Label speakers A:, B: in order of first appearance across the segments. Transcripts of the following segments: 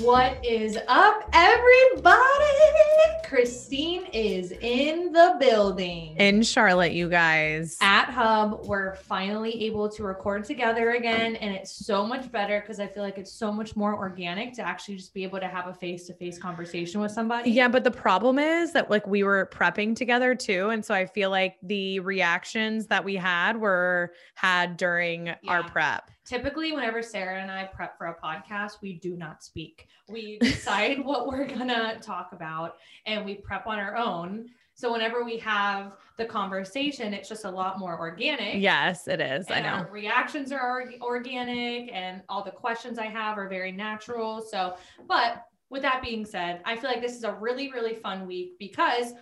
A: What is up, everybody? Christine is in the building.
B: in Charlotte, you guys.
A: At Hub, we're finally able to record together again, and it's so much better because I feel like it's so much more organic to actually just be able to have a face to face conversation with somebody.
B: Yeah, but the problem is that like we were prepping together too. And so I feel like the reactions that we had were had during our
A: Yeah.
B: prep.
A: Typically, whenever Sarah and I prep for a podcast, we do not speak. We decide what we're gonna talk about and we prep on our own. So, whenever we have the conversation, it's just a lot more organic.
B: Yes, it is. I
A: and
B: know.
A: Our reactions are org- organic and all the questions I have are very natural. So, but with that being said, I feel like this is a really, really fun week because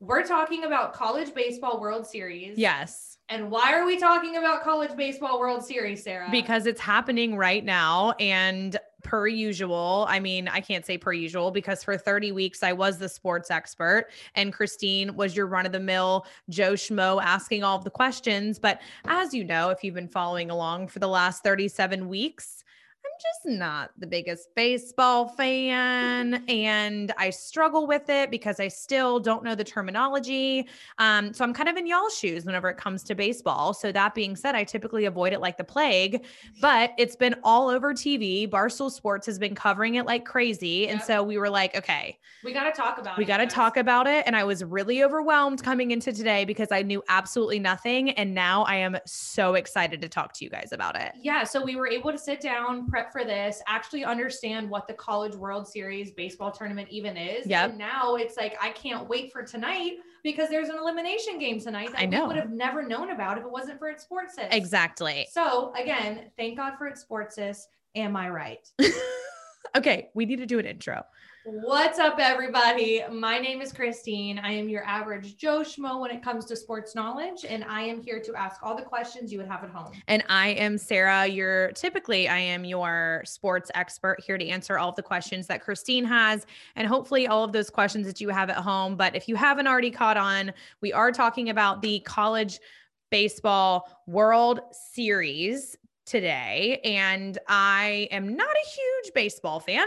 A: we're talking about College Baseball World Series.
B: Yes,
A: And why are we talking about College Baseball World Series, Sarah?
B: because it's happening right now. And per usual, I mean, I can't say per usual because for 30 weeks, I was the sports expert and Christine was your run of the mill Joe Schmo asking all of the questions. But as you know, if you've been following along for the last 37 weeks, I'm just not the biggest baseball fan and I struggle with it because I still don't know the terminology. Um, so I'm kind of in y'all's shoes whenever it comes to baseball. So that being said, I typically avoid it like the plague, but it's been all over TV. Barstool Sports has been covering it like crazy. And
A: Yep.
B: so we were like, okay,
A: we got to talk about
B: we
A: it,
B: got to
A: guys.
B: talk about it. And I was really overwhelmed coming into today because I knew absolutely nothing. And now I am so excited to talk to you guys about it.
A: Yeah, so we were able to sit down, prep for this, actually understand what the College World Series baseball tournament even is. Yeah.
B: Yep.
A: And now it's like I can't wait for tonight because there's an elimination game tonight that
B: I know.
A: we would have never known about if it wasn't for its sports. Sis.
B: Exactly.
A: So again, thank God for its sports. Sis. Am I right?
B: Okay. We need to do an intro.
A: What's up, everybody? My name is Christine. I am your average Joe Schmo when it comes to sports knowledge, and I am here to ask all the questions you would have at home.
B: And I am Sarah, your typically I am your sports expert here to answer all of the questions that Christine has and hopefully all of those questions that you have at home. But if you haven't already caught on, we are talking about the college baseball world series today and I am not a huge baseball fan.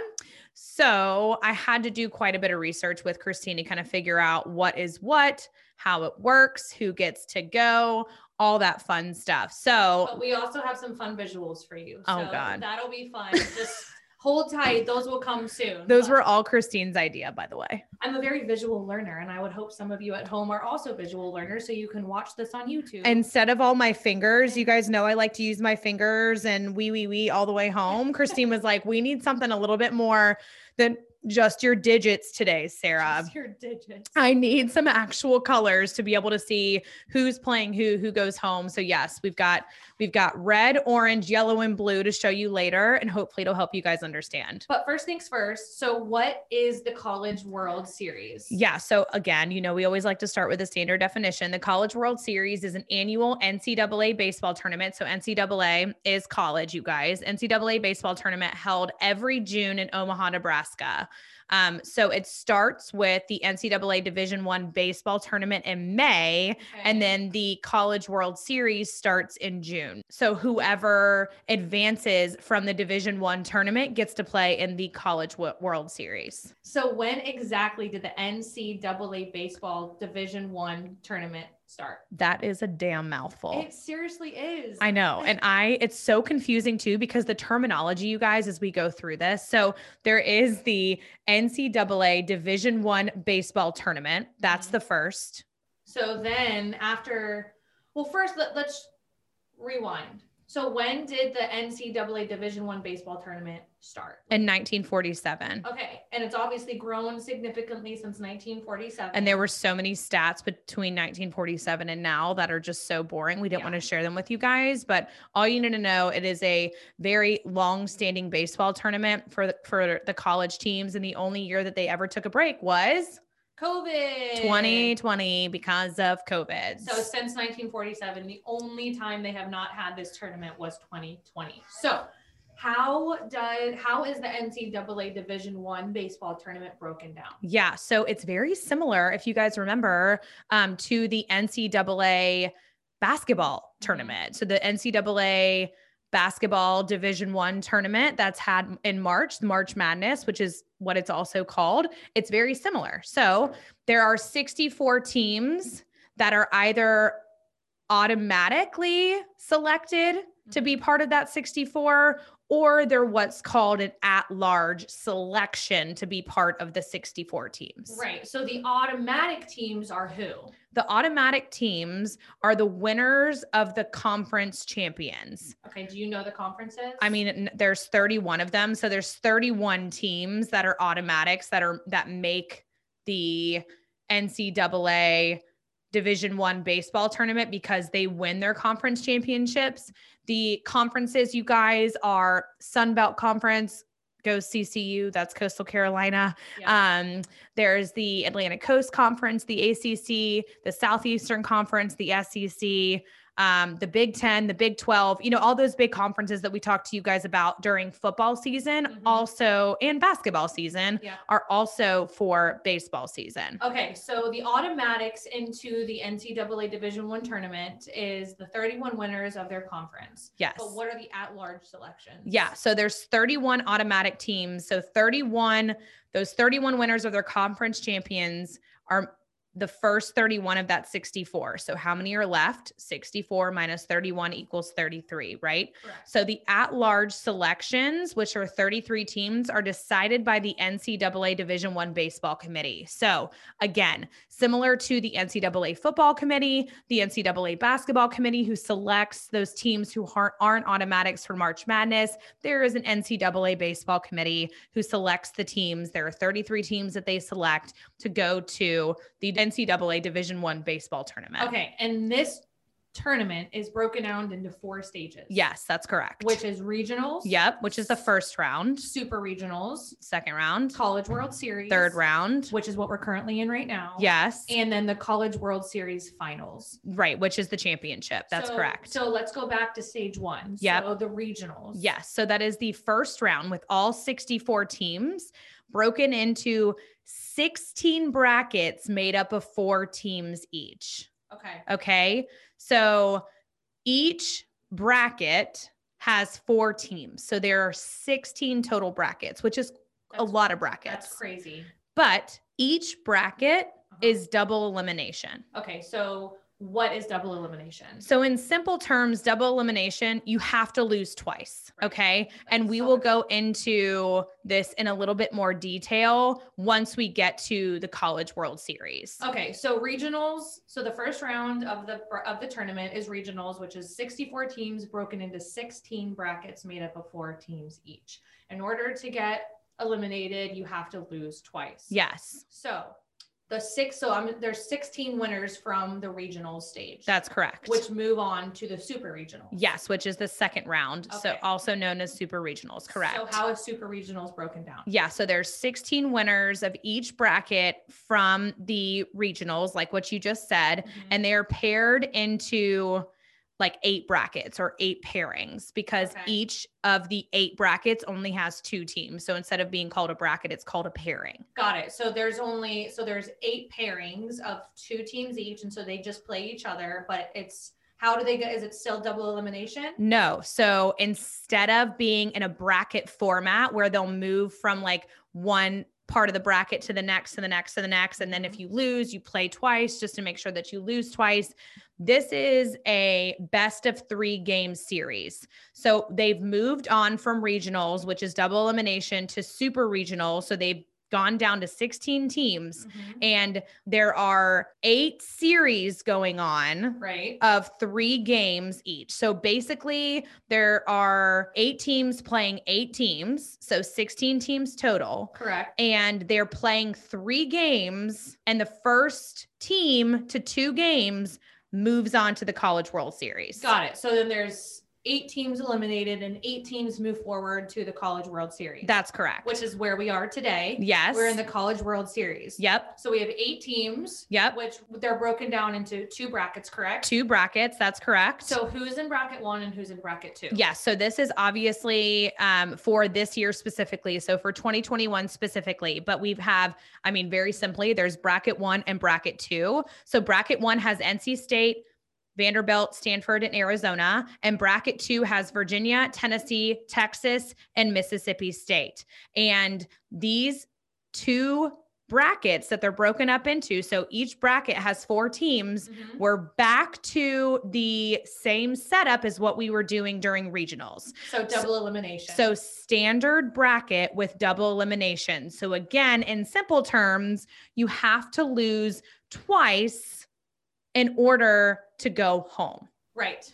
B: So, I had to do quite a bit of research with Christine to kind of figure out what is what, how it works, who gets to go, all that fun stuff. So,
A: But we also have some fun visuals for you.
B: Oh, God.
A: That'll be fun. Just hold tight. Those will come soon.
B: Those
A: But
B: were all Christine's idea, by the way.
A: I'm a very visual learner, and I would hope some of you at home are also visual learners, so you can watch this on YouTube.
B: Instead of all my fingers, you guys know I like to use my fingers and wee wee wee all the way home. Christine was like, "We need something a little bit more than just your digits today, Sarah.
A: Just your digits.
B: I need some actual colors to be able to see who's playing who, who goes home." So yes, we've got we've got red, orange, yellow, and blue to show you later, and hopefully it'll help you guys understand.
A: But first things first. So, what is the College World Series?
B: Yeah. So again, you know, we always like to start with a standard definition. The College World Series is an annual NCAA baseball tournament. So NCAA is college, you guys. NCAA baseball tournament held every June in Omaha, Nebraska. Um, so it starts with the NCAA Division One baseball tournament in May,
A: Okay.
B: and then the College World Series starts in June. So whoever advances from the Division One tournament gets to play in the College Wo- World Series.
A: so when exactly did the NCAA baseball Division One tournament start?
B: That is a damn mouthful.
A: It seriously is.
B: I know. And I, it's so confusing too because the terminology, you guys, as we go through this. So there is the NCAA Division One baseball tournament. That's
A: Mhm.
B: the first.
A: So then after, well, first let, let's rewind. So when did the NCAA Division One baseball tournament start?
B: In 1947.
A: Okay, and it's obviously grown significantly since 1947.
B: And there were so many stats between 1947 and now that are just so boring. We didn't
A: Yeah.
B: want to share them with you guys, but all you need to know it is a very long-standing baseball tournament for the, for the college teams, and the only year that they ever took a break was
A: COVID
B: 2020 because of COVID.
A: So since 1947, the only time they have not had this tournament was 2020. So how does how is the NCAA Division One baseball tournament broken down?
B: Yeah, so it's very similar, if you guys remember, um, to the NCAA basketball tournament. So the NCAA basketball division 1 tournament that's had in March, March Madness, which is what it's also called. It's very similar. So, there are 64 teams that are either automatically selected to be part of that 64 or they're what's called an at-large selection to be part of the 64 teams.
A: Right. So the automatic teams are who?
B: The automatic teams are the winners of the conference champions.
A: Okay. Do you know the conferences?
B: I mean, n- there's 31 of them, so there's 31 teams that are automatics that are that make the NCAA Division 1 baseball tournament because they win their conference championships. The conferences, you guys, are Sun Belt Conference. Go CCU, that's Coastal Carolina.
A: Yeah.
B: Um, there's the Atlantic Coast Conference, the ACC, the Southeastern Conference, the SEC, um, the Big Ten, the Big 12, you know, all those big conferences that we talked to you guys about during football season,
A: Mhm.
B: also, and basketball season
A: Yeah.
B: are also for baseball season.
A: Okay, so the automatics into the NCAA Division One tournament is the 31 winners of their conference.
B: Yes.
A: But what are the at-large selections?
B: Yeah. So there's 31 automatic teams. So 31, those 31 winners of their conference champions are the first 31 of that 64. So how many are left? 64 minus 31 equals 33, right?
A: Correct.
B: So the at-large selections, which are 33 teams, are decided by the NCAA Division One Baseball Committee. So again, similar to the NCAA Football Committee, the NCAA Basketball Committee, who selects those teams who aren't, aren't automatics for March Madness, there is an NCAA Baseball Committee who selects the teams. There are 33 teams that they select to go to the NCAA Division One Baseball Tournament.
A: Okay, and this tournament is broken down into four stages.
B: Yes, that's correct.
A: Which is regionals.
B: Yep, which is the first round.
A: Super regionals,
B: second round,
A: College World Series.
B: third round.
A: Which is what we're currently in right now.
B: Yes.
A: And then the College World Series finals.
B: right, which is the championship. That's
A: So-
B: correct.
A: So let's go back to stage one.
B: Yep.
A: So the regionals.
B: yes. So that is the first round with all 64 teams broken into 16 brackets made up of four teams each.
A: Okay.
B: Okay. So each bracket has four teams. So there are 16 total brackets, which is a
A: That's-
B: lot of brackets.
A: That's crazy.
B: But each bracket
A: Uh-huh.
B: is double elimination.
A: Okay, so what is double elimination?
B: So, in simple terms, double elimination, you have to lose twice.
A: Right.
B: Okay. And we
A: so
B: will go into this in a little bit more detail once we get to the College World Series.
A: Okay, so regionals. So the first round of the of the tournament is regionals, which is 64 teams broken into 16 brackets made up of four teams each. In order to get eliminated, you have to lose twice.
B: Yes,
A: So the six. So I'm there's 16 winners from the regional stage,
B: that's correct.
A: which move on to the super regional.
B: yes, which is the second round. So,
A: Okay.
B: also known as super regionals, correct?
A: So how is super regionals broken down?
B: Yeah, so there's 16 winners of each bracket from the regionals, like what you just said.
A: Mhm.
B: and they're paired into like eight brackets or eight pairings because
A: Okay.
B: each of the eight brackets only has two teams. So instead of being called a bracket, it's called a pairing.
A: Got it. So there's only so there's eight pairings of two teams each, and so they just play each other. But it's how do they get? Is it still double elimination?
B: No. So instead of being in a bracket format where they'll move from like one part of the bracket to the next to the next to the next and then if you lose you play twice just to make sure that you lose twice this is a best of 3 game series so they've moved on from regionals which is double elimination to super regional so they've gone down to 16 teams and there are 8 series going on
A: Right.
B: of three games each. So basically, there are eight teams playing eight teams, so 16 teams total.
A: Correct.
B: And they're playing three games, and the first team to two games moves on to the College World Series.
A: Got it. So then there's eight teams eliminated, and eight teams move forward to the College World Series,
B: That's correct.
A: which is where we are today.
B: yes.
A: We're in the College World Series.
B: yep.
A: So we have eight teams,
B: Yep.
A: which they're broken down into two brackets. Correct.
B: Two brackets. That's correct.
A: So who's in bracket one and who's in bracket two?
B: Yes. So this is obviously um, for this year specifically. So for 2021 specifically, but we have, I mean, very simply, there's bracket one and bracket two. So bracket one has NC State, Vanderbilt, Stanford, and Arizona. And bracket two has Virginia, Tennessee, Texas, and Mississippi State. And these two brackets that they're broken up into. So each bracket has four teams.
A: Mhm.
B: We're back to the same setup as what we were doing during regionals.
A: So double elimination.
B: So standard bracket with double elimination. So again, in simple terms, you have to lose twice in order to go home.
A: right.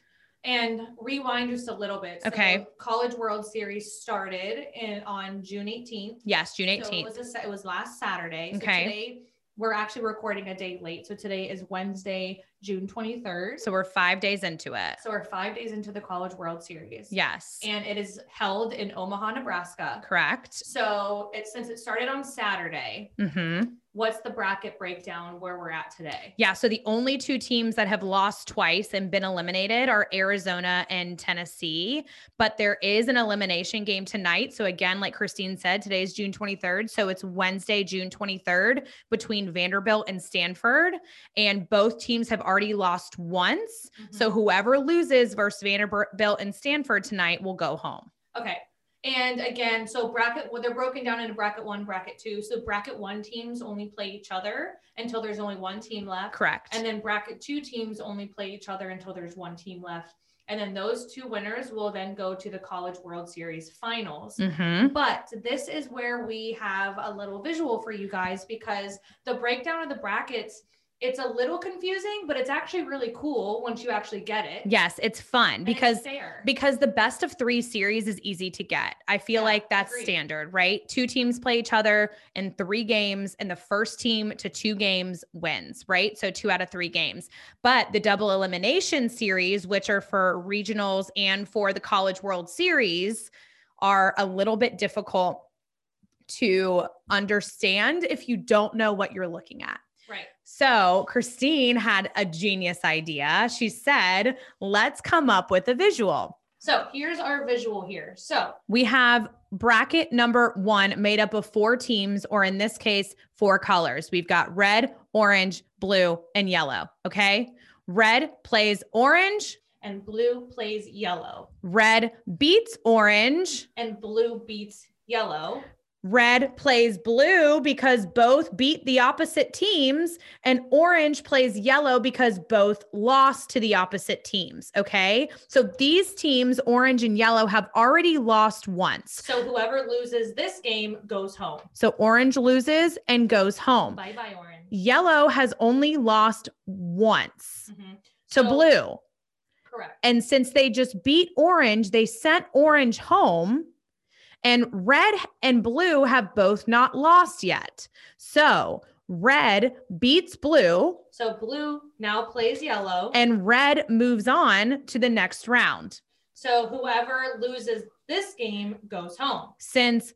A: And rewind just a little bit.
B: Okay.
A: College World Series started in on June 18th.
B: Yes, June
A: So it
B: 18th.
A: was a, sa- it was last Saturday. So
B: Okay.
A: today we're actually recording a day late. So today is Wednesday, June 23rd.
B: So we're 5 days into it.
A: So we're five days into the College World Series.
B: Yes.
A: And it is held in Omaha, Nebraska.
B: Correct.
A: So it since it started on Saturday,
B: Mhm.
A: what's the bracket breakdown where we're at today?
B: Yeah, so the only two teams that have lost twice and been eliminated are Arizona and Tennessee, but there is an elimination game tonight. So again, like Christine said, today is June 23rd, so it's Wednesday, June 23rd between Vanderbilt and Stanford, and both teams have already lost once. So
A: Mm-hmm.
B: whoever loses versus Vanderbilt and Stanford tonight will go home.
A: Okay. And again, so bracket, well, they're broken down into bracket one, bracket two. So bracket one teams only play each other until there's only one team left.
B: Correct.
A: And then bracket two teams only play each other until there's one team left. And then those two winners will then go to the College World Series finals.
B: Mhm.
A: But this is where we have a little visual for you guys because the breakdown of the brackets, it's a little confusing, but it's actually really cool once you actually get it.
B: Yes, it's fun
A: And it's
B: because
A: fair.
B: because the best of three series is easy to get. I feel
A: Yeah,
B: like that's
A: agreed.
B: standard, right? Two teams play each other in three games, and the first team to two games wins, right? So two out of three games. But the double elimination series, which are for regionals and for the College World Series, are a little bit difficult to understand if you don't know what you're looking at.
A: right.
B: So, Christine had a genius idea. She said, let's come up with a visual.
A: So here's our visual here. So
B: We have bracket number one made up of four teams, or in this case, four colors. We've got red, orange, blue, and yellow. Okay. Red plays orange,
A: and blue plays yellow
B: red beats orange,
A: and blue beats yellow.
B: red plays blue because both beat the opposite teams, and orange plays yellow because both lost to the opposite teams. Okay. So these teams, orange and yellow, have already lost once.
A: So whoever loses this game goes home.
B: So orange loses and goes home.
A: Bye bye, orange.
B: Yellow has only lost once
A: Mhm.
B: to
A: So-
B: blue.
A: Correct.
B: And since they just beat orange, they sent orange home. And red and blue have both not lost yet. So red beats blue
A: So blue now plays yellow.
B: and red moves on to the next round.
A: so whoever loses this game goes home.
B: Since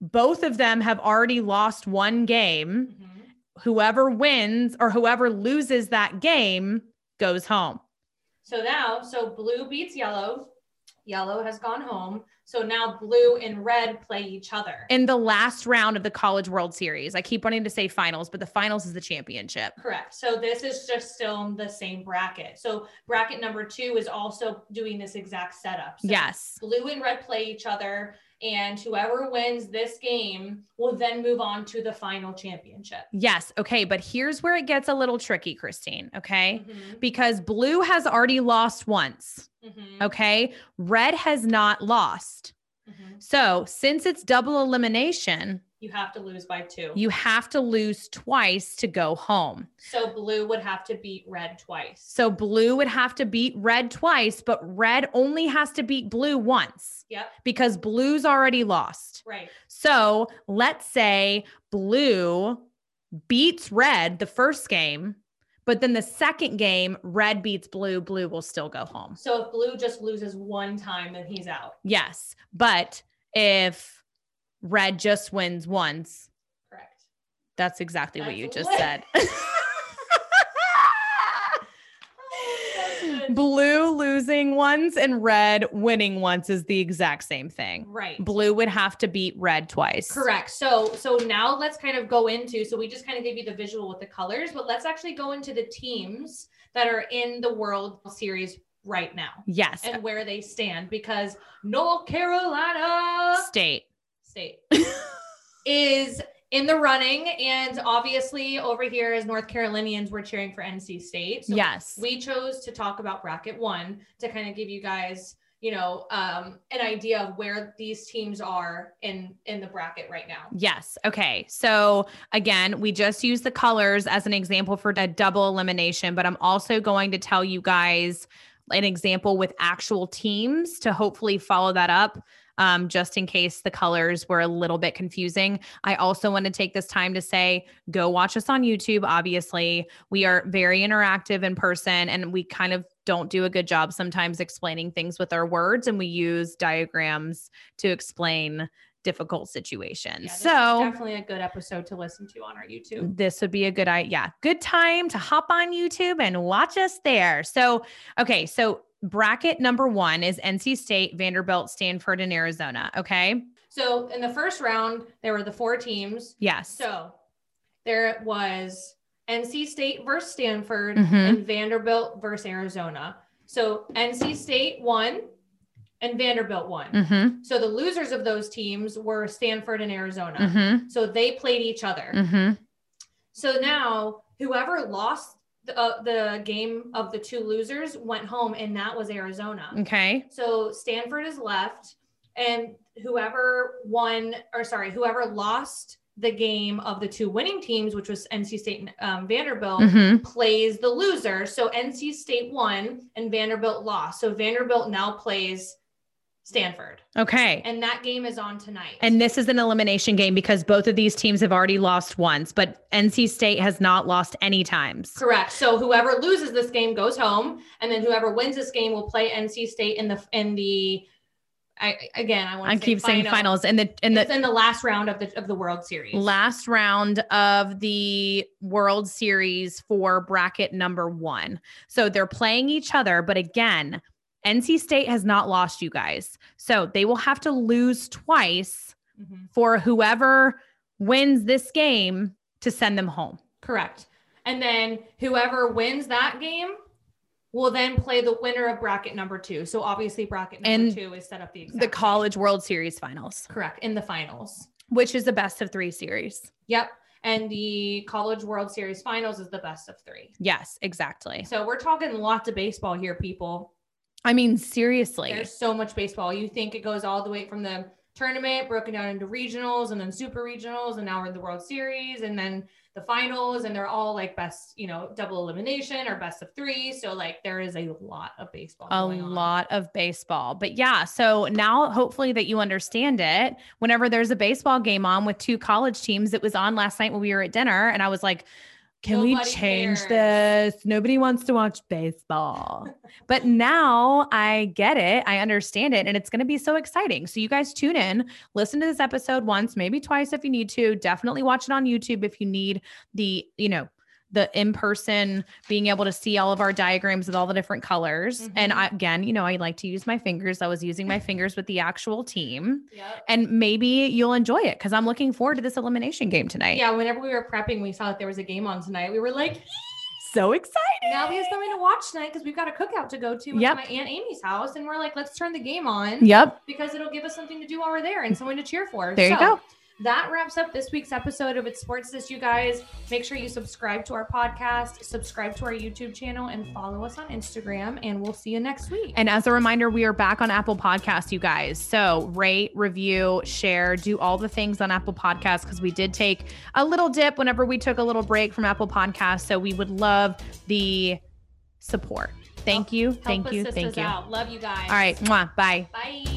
B: both of them have already lost one game,
A: Mhm.
B: whoever wins or whoever loses that game goes home.
A: So now, so blue beats yellow. Yellow has gone home. So now blue and red play each other.
B: in the last round of the College World Series. I keep wanting to say finals, but the finals is the championship.
A: Correct. So this is just still in the same bracket. So bracket number two is also doing this exact setup. So
B: yes.
A: Blue and red play each other, and whoever wins this game will then move on to the final championship.
B: Yes. Okay. But here's where it gets a little tricky, Christine. Okay.
A: Mhm,
B: Because blue has already lost once.
A: mhm,
B: Okay. Red has not lost.
A: mhm.
B: So since it's double elimination,
A: You have to lose by two.
B: you have to lose twice to go home.
A: so blue would have to beat red twice.
B: So blue would have to beat red twice, but red only has to beat blue once
A: Yep.
B: because blue's already lost.
A: Right.
B: So let's say blue beats red the first game, but then the second game, red beats blue, blue will still go home.
A: So if blue just loses one time, then he's out.
B: Yes. But if red just wins once,
A: Correct.
B: that's exactly what
A: That's
B: you just
A: what-
B: said.
A: that's good.
B: blue losing once and red winning once is the exact same thing.
A: Right.
B: Blue would have to beat red twice.
A: Correct. So so now let's kind of go into so we just kind of gave you the visual with the colors, but let's actually go into the teams that are in the World Series right now
B: Yes.
A: and where they stand because North Carolina
B: State.
A: State is in the running. And obviously, over here as North Carolinians, we're cheering for NC State. So
B: yes.
A: we chose to talk about bracket one to kind of give you guys you know um, an idea of where these teams are in in the bracket right now
B: Yes. Okay. So again, we just use the colors as an example for a double elimination, but I'm also going to tell you guys an example with actual teams to hopefully follow that up. Um, just in case the colors were a little bit confusing, I also want to take this time to say go watch us on YouTube. Obviously, we are very interactive in person and we kind of don't do a good job sometimes explaining things with our words, and we use diagrams to explain difficult situations.
A: Yeah, this is
B: so,
A: definitely a good episode to listen to on our youtube
B: this would be a good idea. Yeah, good time to hop on YouTube and watch us there. So, okay, so bracket number one is NC State, Vanderbilt, Stanford, and Arizona. Okay.
A: so in the first round there were the four teams
B: Yes.
A: so there was nc state versus stanford
B: Mhm.
A: and vanderbilt versus arizona so nc state won and vanderbilt won
B: mm-hmm.
A: so the losers of those teams were stanford and arizona
B: Mm-hmm.
A: so they played each other
B: Mm-hmm.
A: So now whoever lost the, uh, the game of the two losers went home, and that was Arizona.
B: Okay.
A: So Stanford is left, and whoever won, or sorry, whoever lost the game of the two winning teams, which was NC State and um, Vanderbilt.
B: Mm-hmm.
A: Plays the loser. So NC State won and Vanderbilt lost. So Vanderbilt now plays Stanford.
B: Okay.
A: And that game is on tonight.
B: And this is an elimination game because both of these teams have already lost once, but NC State has not lost any times.
A: Correct. So whoever loses this game goes home, and then whoever wins this game will play NC State in the in the. I again, I want
B: I
A: to
B: keep saying finals and the and
A: In
B: the
A: the, it's in the last round of the of the World Series.
B: last round of the World Series for bracket number one. So they're playing each other, but again, NC State has not lost you guys. So they will have to lose twice
A: Mhm.
B: for whoever wins this game to send them home.
A: Correct. And then whoever wins that game will then play the winner of bracket number two. So obviously, bracket number
B: And
A: two is set up the exact
B: The College World Series finals,
A: correct in the finals.
B: which is the best of three series.
A: Yep. And the College World Series finals is the best of three.
B: Yes, exactly.
A: So we're talking lots of baseball here, people.
B: I mean, seriously.
A: There's so much baseball. You think it goes all the way from the tournament broken down into regionals and then super regionals and now we're in the World Series and then the finals and they're all like best, you know, double elimination or best of 3. So like there is a lot of baseball.
B: a
A: going on.
B: lot of baseball. But yeah, so now hopefully that you understand it. Whenever there's a baseball game on with two college teams, it was on last night when we were at dinner, and I was like, can we
A: Nobody
B: change
A: cares."
B: this? Nobody wants to watch baseball. but now I get it. I understand it. And it's going to be so exciting. So, you guys tune in, listen to this episode once, maybe twice if you need to. Definitely watch it on YouTube if you need the, you know, the in person being able to see all of our diagrams with all the different colors. And
A: Mhm.
B: I, again, you know, I like to use my fingers. I was using my fingers with the actual team.
A: Yep.
B: And maybe you'll enjoy it because I'm looking forward to this elimination game tonight.
A: Yeah, whenever we were prepping, we saw that there was a game on tonight. We were like,
B: So excited.
A: now we have something to watch tonight because we've got a cookout to go to at
B: Yep.
A: my Aunt Amy's house. And we're like, let's turn the game on
B: Yep.
A: because it'll give us something to do while we're there and someone to cheer for.
B: There you
A: So,
B: go.
A: that wraps up this week's episode of It's Sports This, you guys. Make sure you subscribe to our podcast, subscribe to our YouTube channel, and follow us on Instagram. And we'll see you next week.
B: And as a reminder, we are back on Apple Podcasts, you guys. So rate, review, share, do all the things on Apple Podcasts because we did take a little dip whenever we took a little break from Apple Podcasts. So we would love the support. Thank you.
A: Help
B: Thank
A: us
B: you.
A: sisters
B: Thank you. All
A: Out. Love you guys.
B: right. Mwah. Bye.
A: Bye.